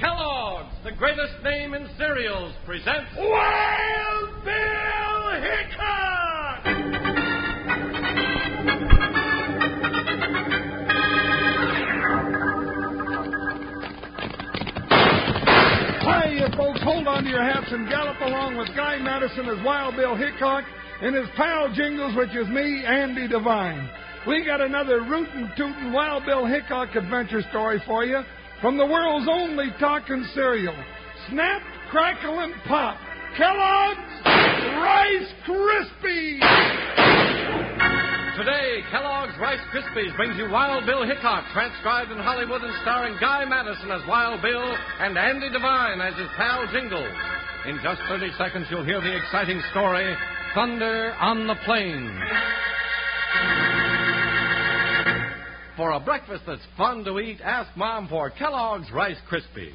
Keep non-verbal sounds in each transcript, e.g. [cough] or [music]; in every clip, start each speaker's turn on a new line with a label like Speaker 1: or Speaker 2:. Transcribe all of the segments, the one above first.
Speaker 1: Kellogg's, the greatest name in cereals, presents Wild Bill Hickok!
Speaker 2: Hi, you folks. Hold on to your hats and gallop along with Guy Madison as Wild Bill Hickok and his pal Jingles, which is me, Andy Devine. We got another rootin' tootin' Wild Bill Hickok adventure story for you from the world's only talking cereal. Snap, crackle, and pop. Kellogg's Rice Krispies!
Speaker 1: Today, Kellogg's Rice Krispies brings you Wild Bill Hickok, transcribed in Hollywood and starring Guy Madison as Wild Bill and Andy Devine as his pal Jingles. In just 30 seconds, you'll hear the exciting story Thunder on the Plains. For a breakfast that's fun to eat, ask Mom for Kellogg's Rice Krispies.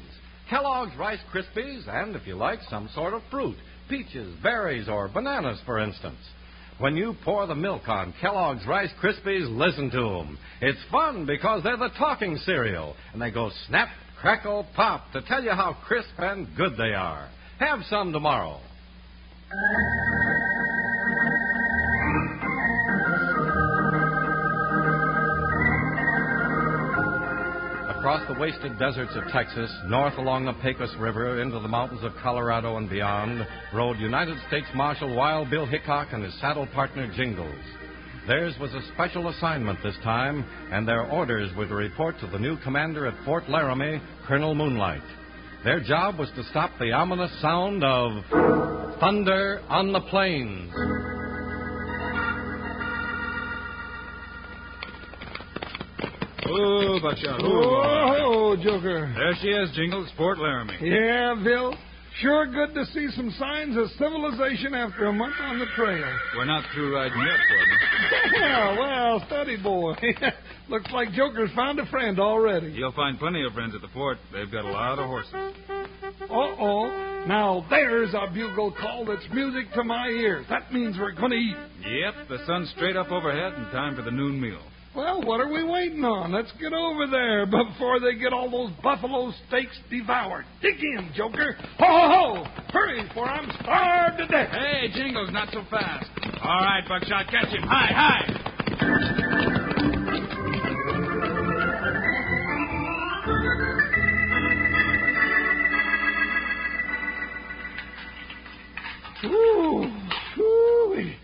Speaker 1: Kellogg's Rice Krispies, and if you like, some sort of fruit peaches, berries, or bananas, for instance. When you pour the milk on Kellogg's Rice Krispies, listen to 'em. It's fun because they're the talking cereal, and they go snap, crackle, pop to tell you how crisp and good they are. Have some tomorrow. Across the wasted deserts of Texas, north along the Pecos River, into the mountains of Colorado and beyond, rode United States Marshal Wild Bill Hickok and his saddle partner Jingles. Theirs was a special assignment this time, and their orders were to report to the new commander at Fort Laramie, Colonel Moonlight. Their job was to stop the ominous sound of thunder on the plains.
Speaker 3: Oh, Buckshot.
Speaker 2: Whoa, Oh, Joker.
Speaker 3: There she is, Jingles, Fort Laramie.
Speaker 2: Yeah, Bill. Sure good to see some signs of civilization after a month on the trail.
Speaker 3: We're not through riding yet, Sergeant.
Speaker 2: [laughs] Yeah, well, study boy. [laughs] Looks like Joker's found a friend already.
Speaker 3: You'll find plenty of friends at the fort. They've got a lot of horses.
Speaker 2: Uh-oh. Now there's a bugle call that's music to my ears. That means we're going to eat.
Speaker 3: Yep, the sun's straight up overhead and time for the noon meal.
Speaker 2: Well, what are we waiting on? Let's get over there before they get all those buffalo steaks devoured. Dig in, Joker. Ho, ho, ho! Hurry, for I'm starved to death.
Speaker 3: Hey, Jingles, not so fast. All right, Buckshot, catch him. Hi, hi.
Speaker 2: Ooh, ooh-wee.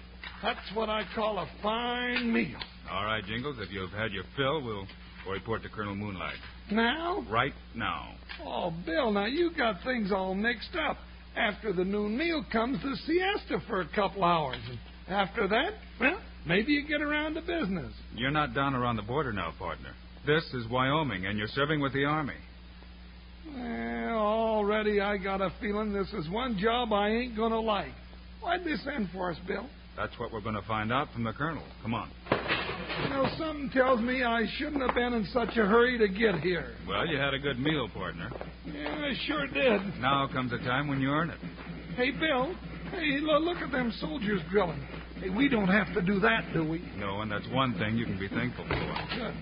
Speaker 2: That's what I call a fine meal.
Speaker 3: All right, Jingles, if you've had your fill, we'll we'll report to Colonel Moonlight.
Speaker 2: Now?
Speaker 3: Right now.
Speaker 2: Oh, Bill, now you got things all mixed up. After the noon meal comes the siesta for a couple hours. And after that, well, maybe you get around to business.
Speaker 3: You're not down around the border now, partner. This is Wyoming, and you're serving with the Army.
Speaker 2: Well, already I got a feeling this is one job I ain't going to like. Why'd they send for us, Bill?
Speaker 3: That's what we're going to find out from the Colonel. Come on.
Speaker 2: You know, something tells me I shouldn't have been in such a hurry to get here.
Speaker 3: Well, you had a good meal, partner.
Speaker 2: Yeah, I sure did.
Speaker 3: Now comes a time when you earn it.
Speaker 2: Hey, Bill. Hey, lo- look at them soldiers drilling. Hey, we don't have to do that, do we?
Speaker 3: No, and that's one thing you can be thankful for.
Speaker 2: Good.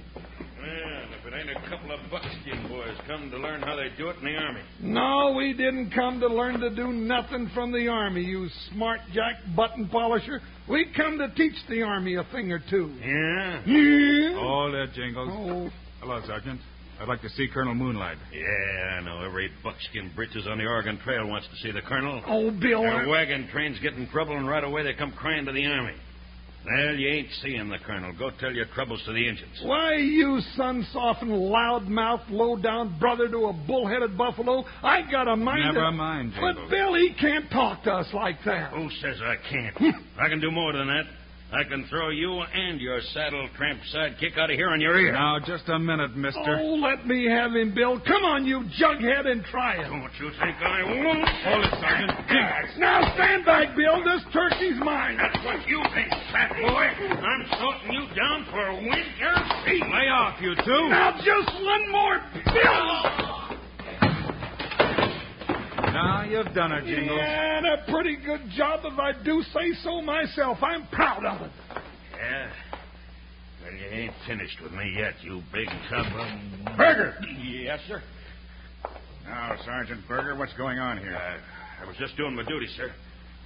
Speaker 1: Man, if it ain't a couple of buckskin boys come to learn how they do it in the army.
Speaker 2: No, we didn't come to learn to do nothing from the Army, you smart jack button polisher. We come to teach the Army a thing or two.
Speaker 1: Yeah.
Speaker 2: Yeah.
Speaker 3: All that, Jingles.
Speaker 2: Oh.
Speaker 3: Hello, Sergeant. I'd like to see Colonel Moonlight.
Speaker 4: Yeah, I know. Every buckskin britches on the Oregon Trail wants to see the colonel.
Speaker 2: Oh, Bill.
Speaker 4: Their
Speaker 2: I-
Speaker 4: wagon trains get in trouble, and right away they come crying to the army. Well, you ain't seeing the colonel. Go tell your troubles to the engines.
Speaker 2: Why, you sun softened, loud mouthed, low down brother to a bull headed buffalo, I got a mind.
Speaker 3: Never
Speaker 2: to-
Speaker 3: mind,
Speaker 2: But
Speaker 3: Jingles.
Speaker 2: Bill, he can't talk to us like that.
Speaker 4: Who says I can't? I can do more than that. I can throw you and your saddle tramp sidekick out of here on your ear.
Speaker 3: Now, just a minute, mister.
Speaker 2: Oh, let me have him, Bill. Come on, you jughead, and try it.
Speaker 4: Don't you think I won't? Hold it, Sergeant.
Speaker 2: Now stand back, Bill. This turkey's mine.
Speaker 4: That's what you think, fat boy. I'm sorting you down for winter feet. Lay off, you two.
Speaker 2: Now just one more, Bill.
Speaker 3: Now, you've done it, Jingles.
Speaker 2: Yeah, and a pretty good job if I do say so myself. I'm proud of it.
Speaker 4: Yeah. Well, you ain't finished with me yet, you big tub of... Burger! Yes, sir?
Speaker 3: Now, Sergeant Berger, what's going on here?
Speaker 4: I was just doing my duty, sir.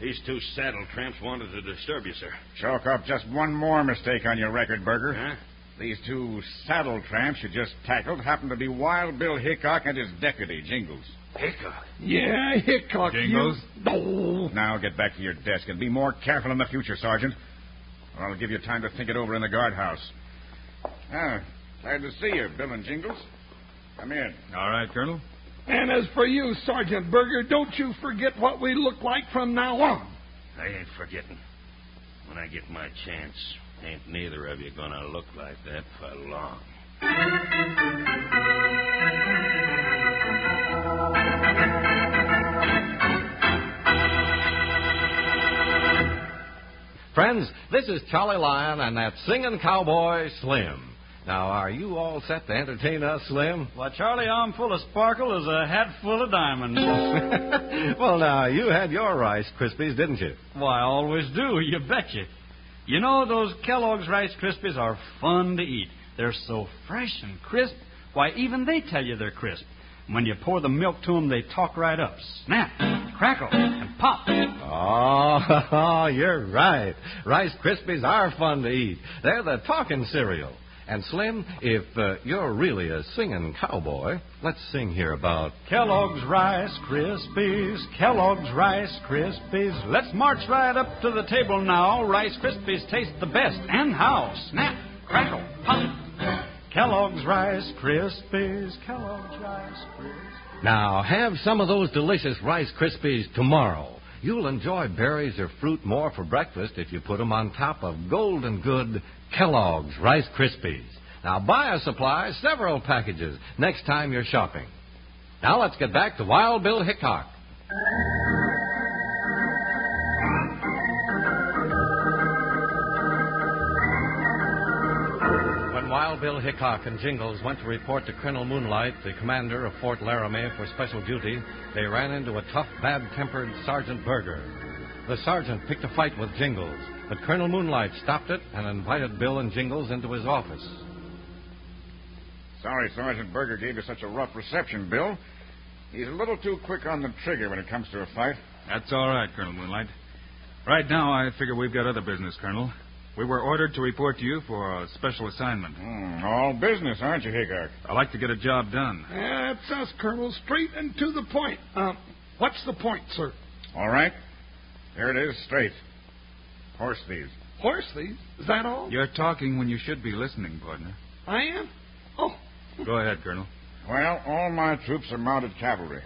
Speaker 4: These two saddle tramps wanted to disturb you, sir.
Speaker 3: Chalk up just one more mistake on your record, Berger.
Speaker 4: Huh?
Speaker 3: These two saddle tramps you just tackled happen to be Wild Bill Hickok and his deputy, Jingles.
Speaker 4: Hickok.
Speaker 2: Yeah, Hickok. you-
Speaker 3: Jingles?
Speaker 2: Oh,
Speaker 3: Now get back to your desk and be more careful in the future, Sergeant. Or I'll give you time to think it over in the guardhouse. Ah, glad to see you, Bill and Jingles. Come in. All right, Colonel.
Speaker 2: And as for you, Sergeant Berger, don't you forget what we look like from now on.
Speaker 4: I ain't forgetting. When I get my chance, ain't neither of you gonna look like that for long.
Speaker 1: Friends, this is Charlie Lyon and that singing cowboy, Slim. Now, are you all set to entertain us, Slim?
Speaker 5: [laughs] Why, Charlie, I'm full of sparkle as a hat full of diamonds.
Speaker 1: [laughs] well, now, you had your Rice Krispies, didn't you?
Speaker 5: Why, I always do, [laughs] you betcha. You know, those Kellogg's Rice Krispies are fun to eat. They're so fresh and crisp. Why, even they tell you they're crisp. When you pour the milk to 'em, they talk right up. Snap, crackle, and pop.
Speaker 1: Oh, [laughs] you're right. Rice Krispies are fun to eat. They're the talking cereal. And, Slim, if uh, you're really a singing cowboy, let's sing here about
Speaker 5: Kellogg's Rice Krispies, Kellogg's Rice Krispies. Let's march right up to the table now. Rice Krispies taste the best. And how? Snap, crackle, pop. Kellogg's Rice Krispies, Kellogg's Rice Krispies.
Speaker 1: Now, have some of those delicious Rice Krispies tomorrow. You'll enjoy berries or fruit more for breakfast if you put them on top of golden good Kellogg's Rice Krispies. Now, buy a supply, several packages, next time you're shopping. Now, let's get back to Wild Bill Hickok. When Wild Bill Hickok and Jingles went to report to Colonel Moonlight, the commander of Fort Laramie, for special duty, they ran into a tough, bad tempered Sergeant Berger. The sergeant picked a fight with Jingles, but Colonel Moonlight stopped it and invited Bill and Jingles into his office.
Speaker 3: Sorry Sergeant Berger gave you such a rough reception, Bill. He's a little too quick on the trigger when it comes to a fight. That's all right, Colonel Moonlight. Right now, I figure we've got other business, Colonel. We were ordered to report to you for a special assignment. Hmm, all business, aren't you, Hickok? I like to get a job done.
Speaker 2: Yeah, That's us, Colonel. Straight and to the point. Uh, what's the point, sir?
Speaker 3: All right. Here it is, straight. Horse thieves.
Speaker 2: Horse thieves? Is that all?
Speaker 3: You're talking when you should be listening, partner.
Speaker 2: I am? Oh,
Speaker 3: Go ahead, Colonel.
Speaker 6: Well, all my troops are mounted cavalry.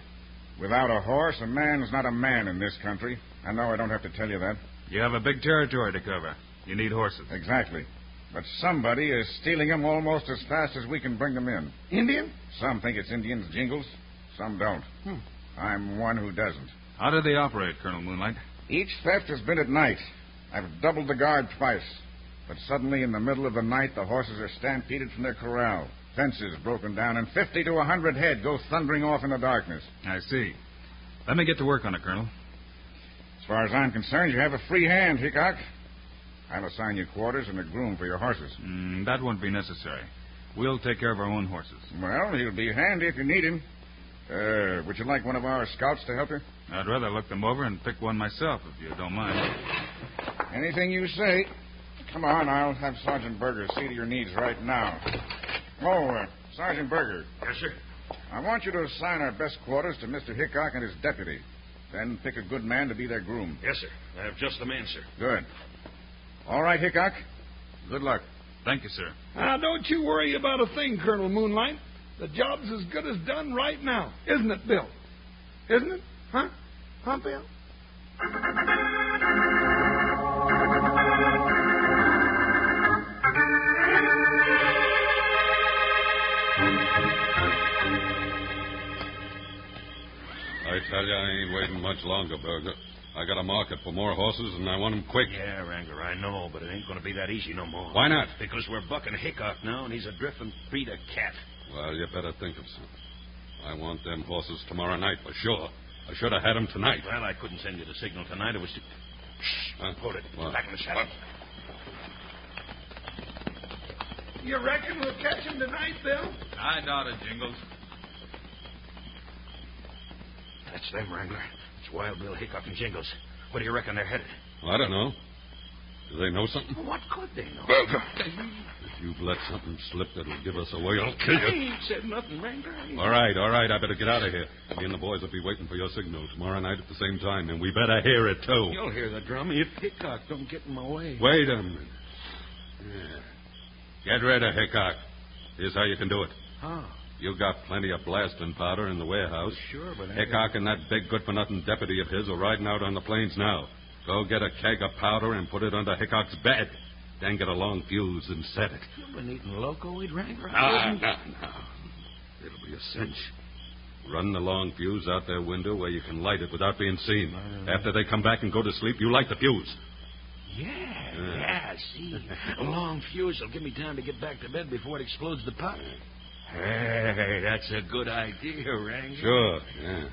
Speaker 6: Without a horse, a man is not a man in this country. I know I don't have to tell you that.
Speaker 3: You have a big territory to cover. You need horses.
Speaker 6: Exactly. But somebody is stealing them almost as fast as we can bring them in.
Speaker 2: Indian?
Speaker 6: Some think it's Indians' jingles, some don't. I'm one who doesn't.
Speaker 3: How do they operate, Colonel Moonlight?
Speaker 6: Each theft has been at night. I've doubled the guard twice. But suddenly, in the middle of the night, the horses are stampeded from their corral, fences broken down, and 50 to a 100 head go thundering off in the darkness.
Speaker 3: I see. Let me get to work on it, Colonel.
Speaker 6: As far as I'm concerned, you have a free hand, Hickok. I'll assign you quarters and a groom for your horses.
Speaker 3: Mm, that won't be necessary. We'll take care of our own horses.
Speaker 6: Well, he'll be handy if you need him. Uh, would you like one of our scouts to help you?
Speaker 3: I'd rather look them over and pick one myself, if you don't mind.
Speaker 6: Anything you say. Come on, I'll have Sergeant Berger see to your needs right now. Oh, uh,
Speaker 7: Sergeant Berger. Yes, sir. I want you to assign our best quarters to Mr. Hickok and his deputy. Then pick a good man to be their groom.
Speaker 4: Yes, sir. I have just the man, sir.
Speaker 7: Good. All right, Hickok. Good luck.
Speaker 3: Thank you, sir.
Speaker 2: Now, don't you worry about a thing, Colonel Moonlight. The job's as good as done right now, isn't it, Bill? Isn't it? Huh? Huh, Bill?
Speaker 1: I tell you, I ain't waiting much longer, Berger. I got a market for more horses, and I want 'em quick.
Speaker 4: Yeah, Ranger, I know, but it ain't going to be that easy no more.
Speaker 1: Why not?
Speaker 4: Because we're bucking Hickok now, and he's a drifting breed of cat.
Speaker 1: Well, you better think of something. I want them horses tomorrow night for sure. I should have had 'em tonight.
Speaker 4: Well, I couldn't send you the signal tonight. It was too. Shh,
Speaker 1: Huh?
Speaker 4: hold it.
Speaker 1: What?
Speaker 4: Back in the saddle.
Speaker 2: You reckon we'll catch him tonight, Bill?
Speaker 3: I doubt it, Jingles.
Speaker 4: That's them, Wrangler. It's Wild Bill Hickok and Jingles. Where do you reckon they're headed?
Speaker 1: Well, I don't know. Do they know something?
Speaker 4: What could they know?
Speaker 1: If you've let something slip that'll give us away, I'll kill
Speaker 4: I
Speaker 1: you.
Speaker 4: ain't said nothing, Wrangler. I ain't-
Speaker 1: All right, all right. I better get out of here. Me and the boys will be waiting for your signal tomorrow night at the same time, and we better hear it, too.
Speaker 4: You'll hear the drum if Hickok don't get in my way.
Speaker 1: Wait a minute. Yeah. Get rid of Hickok. Here's how you can do it.
Speaker 4: How?
Speaker 1: You got plenty of blasting powder in the warehouse.
Speaker 4: Sure, but I-
Speaker 1: Hickok and that big good for nothing deputy of his are riding out on the plains now. Go get a keg of powder and put it under Hickok's bed. Then get a long fuse and set it.
Speaker 4: You've been eating locoweed, Wrangler.
Speaker 1: Ah, no, no. It'll be a cinch. Run the long fuse out their window where you can light it without being seen. After they come back and go to sleep, you light the fuse.
Speaker 4: Yeah, yeah, see. A long fuse will give me time to get back to bed before it explodes the pot. Hey, that's a good idea, Ranger.
Speaker 1: Sure, yeah.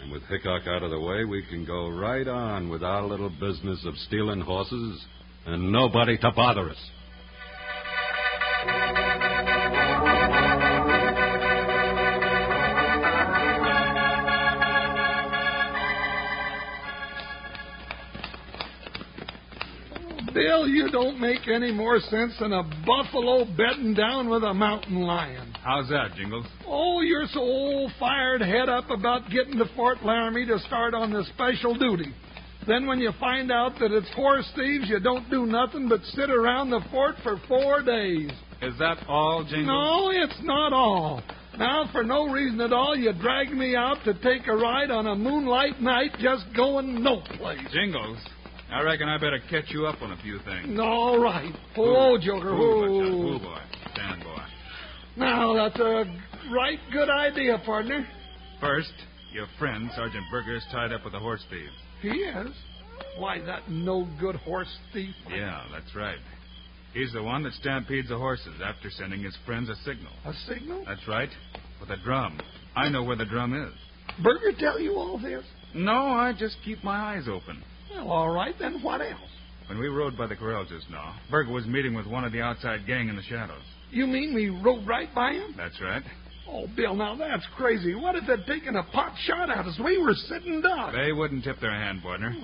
Speaker 1: And with Hickok out of the way, we can go right on with our little business of stealing horses and nobody to bother us.
Speaker 2: Bill, you don't make any more sense than a buffalo bedding down with a mountain lion.
Speaker 3: How's that, Jingles?
Speaker 2: Oh, you're so old fired head up about getting to Fort Laramie to start on the special duty. Then when you find out that it's horse thieves, you don't do nothing but sit around the fort for four days.
Speaker 3: Is that all, Jingles?
Speaker 2: No, it's not all. Now, for no reason at all, you dragged me out to take a ride on a moonlight night just going no place.
Speaker 3: Jingles, I reckon I better catch you up on a few things.
Speaker 2: All right. Hello, Joker.
Speaker 3: Cool,
Speaker 2: Whoa.
Speaker 3: cool boy. Stand boy.
Speaker 2: Now, that's a right good idea, partner.
Speaker 3: First, your friend, Sergeant Berger, is tied up with a horse thief.
Speaker 2: He is. Why, that no good horse thief.
Speaker 3: Yeah, that's right. He's the one that stampedes the horses after sending his friends a signal.
Speaker 2: A signal?
Speaker 3: That's right, with a drum. I know where the drum is.
Speaker 2: Berger tell you all this?
Speaker 3: No, I just keep my eyes open.
Speaker 2: Well, all right, then what else?
Speaker 3: When we rode by the corral just now, Berger was meeting with one of the outside gang in the shadows.
Speaker 2: You mean we rode right by him?
Speaker 3: That's right.
Speaker 2: Oh, Bill, now that's crazy. What if they'd taken a pot shot at us? We were sitting ducks.
Speaker 3: They wouldn't tip their hand, partner.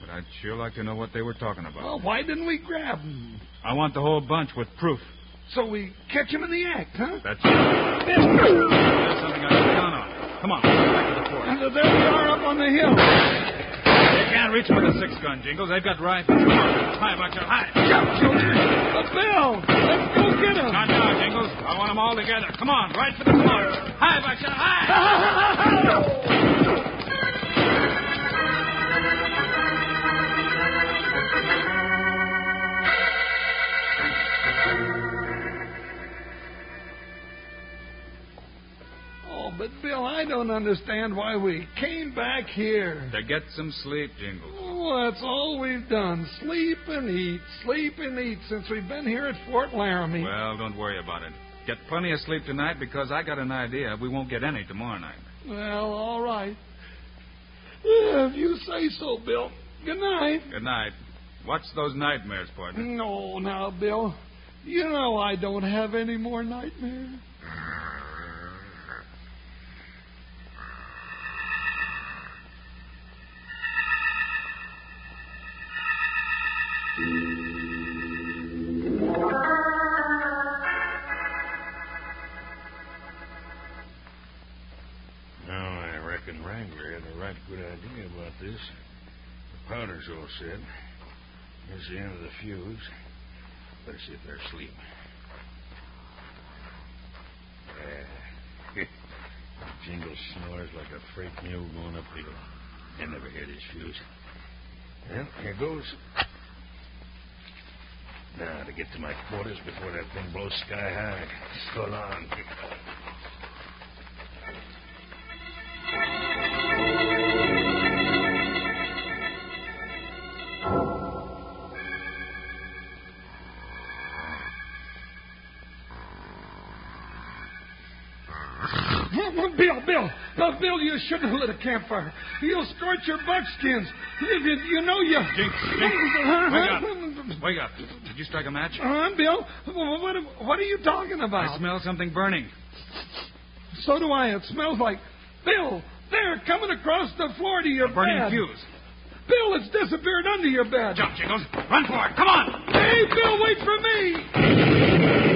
Speaker 3: But I'd sure like to know what they were talking about.
Speaker 2: Well, why didn't we grab him?
Speaker 3: I want the whole bunch with proof.
Speaker 2: So we catch him in the act, huh?
Speaker 3: That's it. There's something I can count on. Come on, back to the fort.
Speaker 2: And there we are up on the hill.
Speaker 3: They can't reach with a six gun, Jingles. They've got rifles. Come on, High, Buster, high.
Speaker 2: Jump, Joker. But Bill, let's go get him.
Speaker 3: Not now, Jingles. I want them all together. Come on, right for the corner. High, Buster, high. [laughs]
Speaker 2: Oh, but Bill, I don't understand why we came back here.
Speaker 3: To get some sleep, Jingles.
Speaker 2: Oh, that's all we've done. Sleep and eat, sleep and eat since we've been here at Fort Laramie.
Speaker 3: Well, don't worry about it. Get plenty of sleep tonight because I got an idea we won't get any tomorrow night.
Speaker 2: Well, all right. Yeah, if you say so, Bill. Good night.
Speaker 3: Good night. Watch those nightmares, partner.
Speaker 2: No, now, Bill. You know I don't have any more nightmares.
Speaker 4: and Wrangler had a right good idea about this. The powder's all set. Here's the end of the fuse. Better see if they're asleep. Yeah. Uh, [laughs] Jingle snores like a freight mule going uphill. I never hear his fuse. Well, here goes. Now, to get to my quarters before that thing blows sky high. So long.
Speaker 2: Bill, Bill, uh, Bill, you shouldn't have lit a campfire. You'll scorch your buckskins. You, you, you know you.
Speaker 3: Jinx, Jinx, wake up. Wake up. Did you strike a match?
Speaker 2: Uh, Bill, wh- what, am- what are you talking
Speaker 3: I
Speaker 2: about?
Speaker 3: smell something burning.
Speaker 2: So do I. It smells like Bill. They're coming across the floor to your
Speaker 3: burning
Speaker 2: bed.
Speaker 3: fuse.
Speaker 2: Bill, it's disappeared under your bed.
Speaker 3: Jump, Jingles. Run for it. Come on.
Speaker 2: Hey, Bill, wait for me.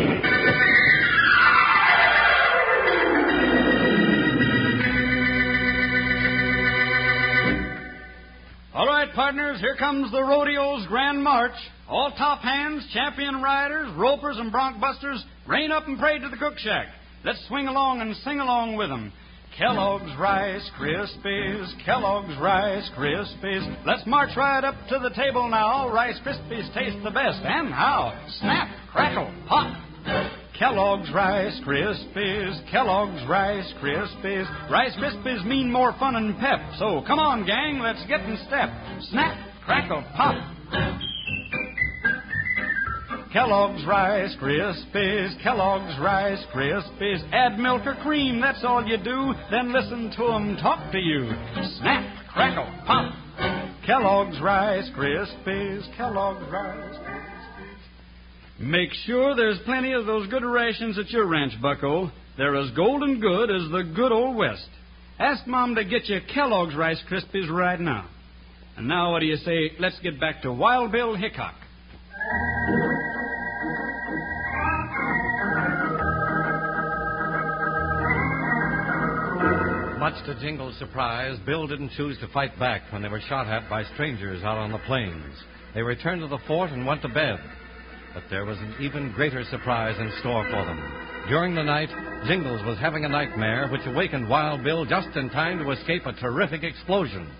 Speaker 1: All right, partners, here comes the rodeo's grand march. All top hands, champion riders, ropers, and bronc busters, rein up and pray to the cook shack. Let's swing along and sing along with 'em. Kellogg's Rice Krispies, Kellogg's Rice Krispies. Let's march right up to the table now. Rice Krispies taste the best. And how? Snap, crackle, pop. Kellogg's Rice Krispies, Kellogg's Rice Krispies. Rice Krispies mean more fun and pep. So come on, gang, let's get in step. Snap, crackle, pop. Kellogg's Rice Krispies, Kellogg's Rice Krispies. Add milk or cream, that's all you do. Then listen to 'em talk to you. Snap, crackle, pop. Kellogg's Rice Krispies, Kellogg's Rice Make sure there's plenty of those good rations at your ranch, Bucko. They're as golden good as the good old West. Ask Mom to get you Kellogg's Rice Krispies right now. And now, what do you say? Let's get back to Wild Bill Hickok.
Speaker 8: Much to Jingle's surprise, Bill didn't choose to fight back when they were shot at by strangers out on the plains. They returned to the fort and went to bed. But there was an even greater surprise in store for them. During the night, Jingles was having a nightmare which awakened Wild Bill just in time to escape a terrific explosion.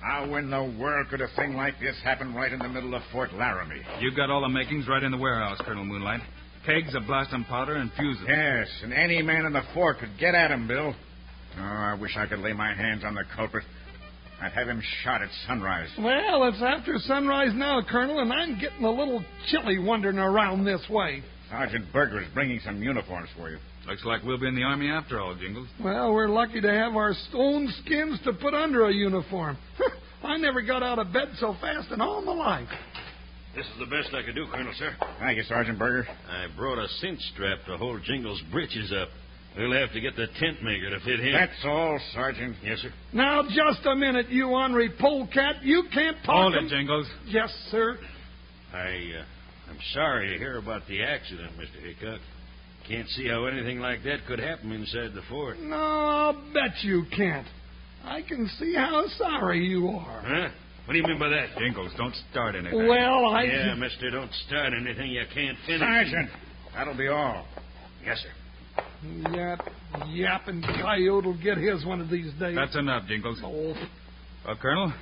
Speaker 9: How in the world could a thing like this happen right in the middle of Fort Laramie?
Speaker 3: You've got all the makings right in the warehouse, Colonel Moonlight. Kegs of blasting powder and fuses.
Speaker 9: Yes, and any man in the fort could get at him, Bill. Oh, I wish I could lay my hands on the culprit. I'd have him shot at sunrise.
Speaker 2: Well, it's after sunrise now, Colonel, and I'm getting a little chilly wandering around this way.
Speaker 9: Sergeant Berger is bringing some uniforms for you.
Speaker 3: Looks like we'll be in the army after all, Jingles.
Speaker 2: Well, we're lucky to have our own skins to put under a uniform. [laughs] I never got out of bed so fast in all my life.
Speaker 4: This is the best I could do, Colonel, sir.
Speaker 9: Thank you, Sergeant Berger.
Speaker 4: I brought a cinch strap to hold Jingle's breeches up. We'll have to get the tent maker to fit him.
Speaker 9: That's all, Sergeant.
Speaker 4: Yes, sir.
Speaker 2: Now, just a minute, you ornery polecat. You can't talk.
Speaker 4: Hold it,
Speaker 2: em-
Speaker 4: Jingles.
Speaker 2: Yes, sir.
Speaker 4: I, uh, I'm sorry to hear about the accident, Mr. Hickok. Can't see how anything like that could happen inside the fort.
Speaker 2: No, I'll bet you can't. I can see how sorry you are.
Speaker 4: Huh? What do you mean by that?
Speaker 3: Jingles, don't start
Speaker 2: anything. Well, I-
Speaker 4: [laughs] Yeah, mister, don't start anything you can't finish.
Speaker 9: Sergeant, that'll be all.
Speaker 4: Yes, sir.
Speaker 2: Yap, yap, and Coyote will get his one of these days.
Speaker 3: That's enough, Jingles.
Speaker 2: Oh.
Speaker 3: Well, Colonel,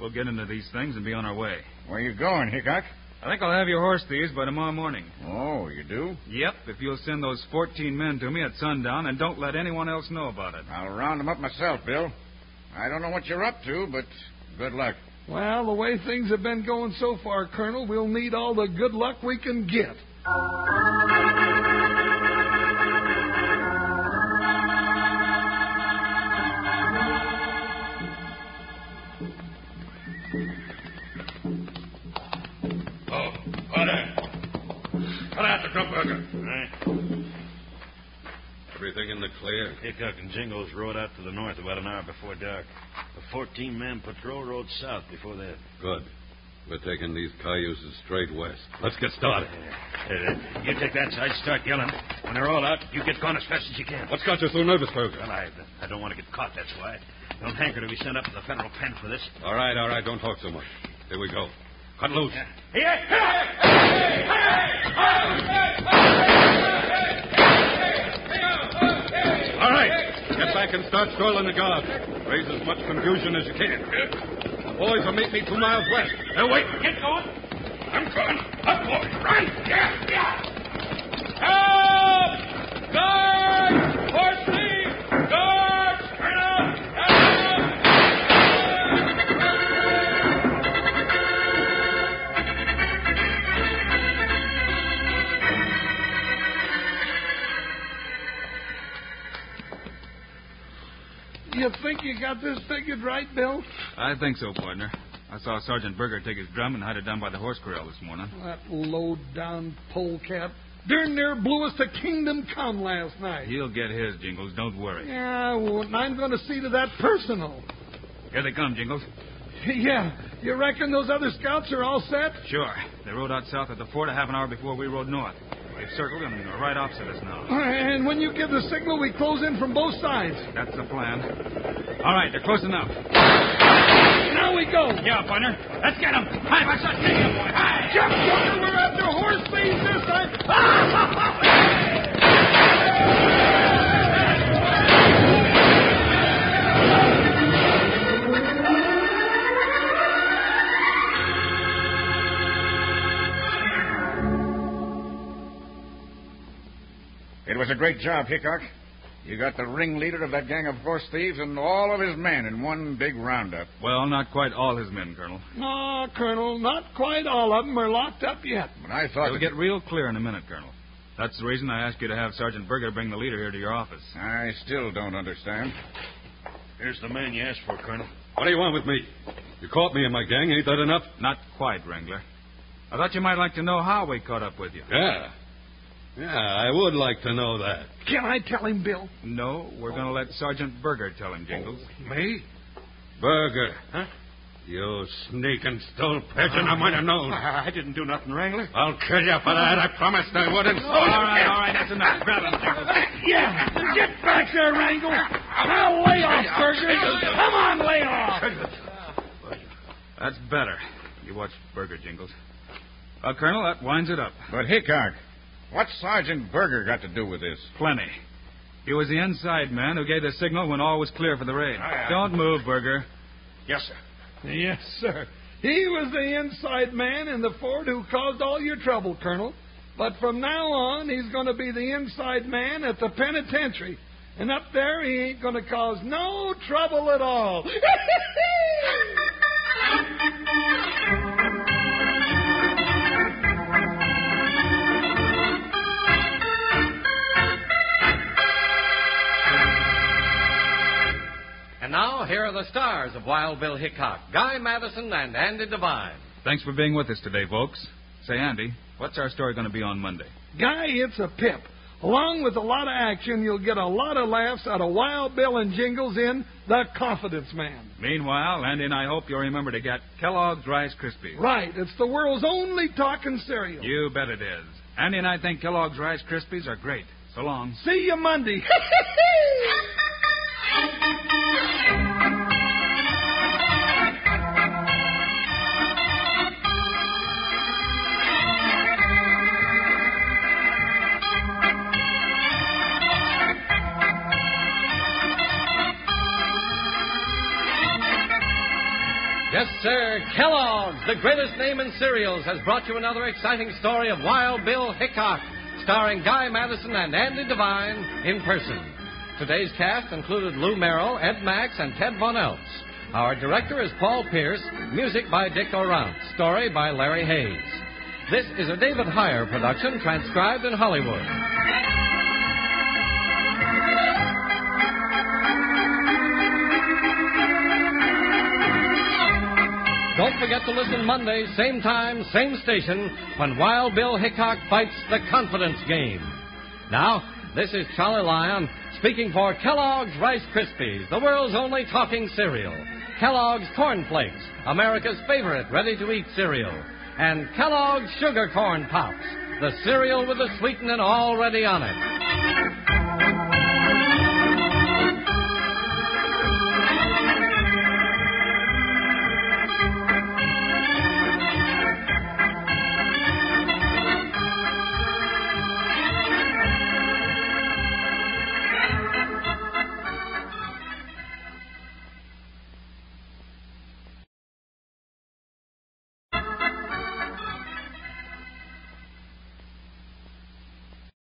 Speaker 3: we'll get into these things and be on our way.
Speaker 9: Where you going, Hickok?
Speaker 3: I think I'll have your horse thieves by tomorrow morning.
Speaker 9: Oh, you do?
Speaker 3: Yep, if you'll send those 14 men to me at sundown and don't let anyone else know about it.
Speaker 9: I'll round him up myself, Bill. I don't know what you're up to, but good luck.
Speaker 2: Well, the way things have been going so far, Colonel, we'll need all the good luck we can get.
Speaker 4: Oh, hold on. Cut out the dump burger. All right.
Speaker 10: Everything in the clear.
Speaker 4: Hickok and Jingles rode out to the north about an hour before dark. The 14 man patrol rode south before that.
Speaker 10: Good.
Speaker 11: We're taking these cayuses straight west. Let's get started.
Speaker 4: Uh, you take that side, start yelling. When they're all out, you get gone as fast as you can.
Speaker 11: What's got you so nervous, Berger?
Speaker 4: Well, I, I don't want to get caught, that's why. Don't hanker to be sent up to the federal pen for this.
Speaker 11: All right, all right. Don't talk so much. Here we go. Cut loose. All right. Get back and start soiling the guard. Raise as much confusion as you can. The boys will meet me two miles west. They're waiting.
Speaker 12: Get going. I'm going. Up, boy. Run. Yeah, yeah. Help! Guard! Horsley! Guard! Turn up!
Speaker 2: You think you got this figured right, Bill?
Speaker 3: I think so, partner. I saw Sergeant Berger take his drum and hide it down by the horse corral this morning.
Speaker 2: That low down polecat darn near blew us to kingdom come last night.
Speaker 3: He'll get his, Jingles. Don't worry.
Speaker 2: Yeah, I won't. And I'm going to see to that personal. [laughs]
Speaker 3: Here they come, Jingles.
Speaker 2: Yeah, you reckon those other scouts are all set?
Speaker 3: Sure. They rode out south at the fort a half an hour before we rode north. They've circled and are right opposite us now.
Speaker 2: And when you give the signal, we close in from both sides.
Speaker 3: That's the plan. All right, they're close enough.
Speaker 2: Now we go.
Speaker 3: Yeah, partner. Let's get them. Hi, what's up? Take it, boy. Hi.
Speaker 2: Jump, Joker, we're after horse thieves this time.
Speaker 6: It was a great job, Hickok. You got the ringleader of that gang of horse thieves and all of his men in one big roundup.
Speaker 3: Well, not quite all his men, Colonel.
Speaker 2: No, Ah, Colonel, not quite all of them are locked up yet.
Speaker 6: But I thought.
Speaker 3: It'll
Speaker 6: that-
Speaker 3: get real clear in a minute, Colonel. That's the reason I asked you to have Sergeant Berger bring the leader here to your office.
Speaker 6: I still don't understand.
Speaker 4: Here's the man you asked for, Colonel.
Speaker 11: What do you want with me? You caught me and my gang. Ain't that enough?
Speaker 3: Not quite, Wrangler. I thought you might like to know how we caught up with you.
Speaker 11: Yeah. Yeah, I would like to know that.
Speaker 2: Can I tell him, Bill?
Speaker 3: No, we're going to let Sergeant Berger tell him, Jingles.
Speaker 11: Me? Berger. Huh? You sneaking stole pigeon. I might have known.
Speaker 12: [laughs] I didn't do nothing, Wrangler.
Speaker 11: I'll kill you for that. I promised I wouldn't.
Speaker 12: All right, all
Speaker 3: right, that's enough. Grab him,
Speaker 2: Yeah, get back there, Wrangle. Now lay off, Burger. Come on, lay off.
Speaker 3: That's better. You watch Berger, Jingles. Well, Colonel, that winds it up.
Speaker 6: But Hickok, what's Sergeant Berger got to do with this?
Speaker 3: Plenty. He was the inside man who gave the signal when all was clear for the raid.
Speaker 6: Aye, aye.
Speaker 3: Don't move, Berger.
Speaker 12: Yes, sir.
Speaker 2: Yes, sir. He was the inside man in the fort who caused all your trouble, Colonel. But from now on, he's going to be the inside man at the penitentiary. And up there, he ain't going to cause no trouble at all.
Speaker 1: And now, here are the stars of Wild Bill Hickok Guy Madison and Andy Devine.
Speaker 3: Thanks for being with us today, folks. Say, Andy, what's our story going to be on Monday?
Speaker 2: Guy, it's a pip. Along with a lot of action, you'll get a lot of laughs out of Wild Bill and Jingles in The Confidence Man.
Speaker 3: Meanwhile, Andy and I hope you'll remember to get Kellogg's Rice Krispies.
Speaker 2: Right, it's the world's only talking cereal.
Speaker 3: You bet it is. Andy and I think Kellogg's Rice Krispies are great. So long.
Speaker 2: See you Monday. [laughs]
Speaker 1: Yes, sir. Kellogg's, the greatest name in cereals, has brought you another exciting story of Wild Bill Hickok, starring Guy Madison and Andy Devine in person. Today's cast included Lou Merrill, Ed Max, and Ted Von Eltz. Our director is Paul Pierce, music by Dick Orant, story by Larry Hayes. This is a David Heyer production transcribed in Hollywood. Don't forget to listen Monday, same time, same station, when Wild Bill Hickok fights the confidence game. Now, this is Charlie Lyon speaking for Kellogg's Rice Krispies, the world's only talking cereal. Kellogg's Corn Flakes, America's favorite ready-to-eat cereal, and Kellogg's Sugar Corn Pops, the cereal with the sweetening already on it.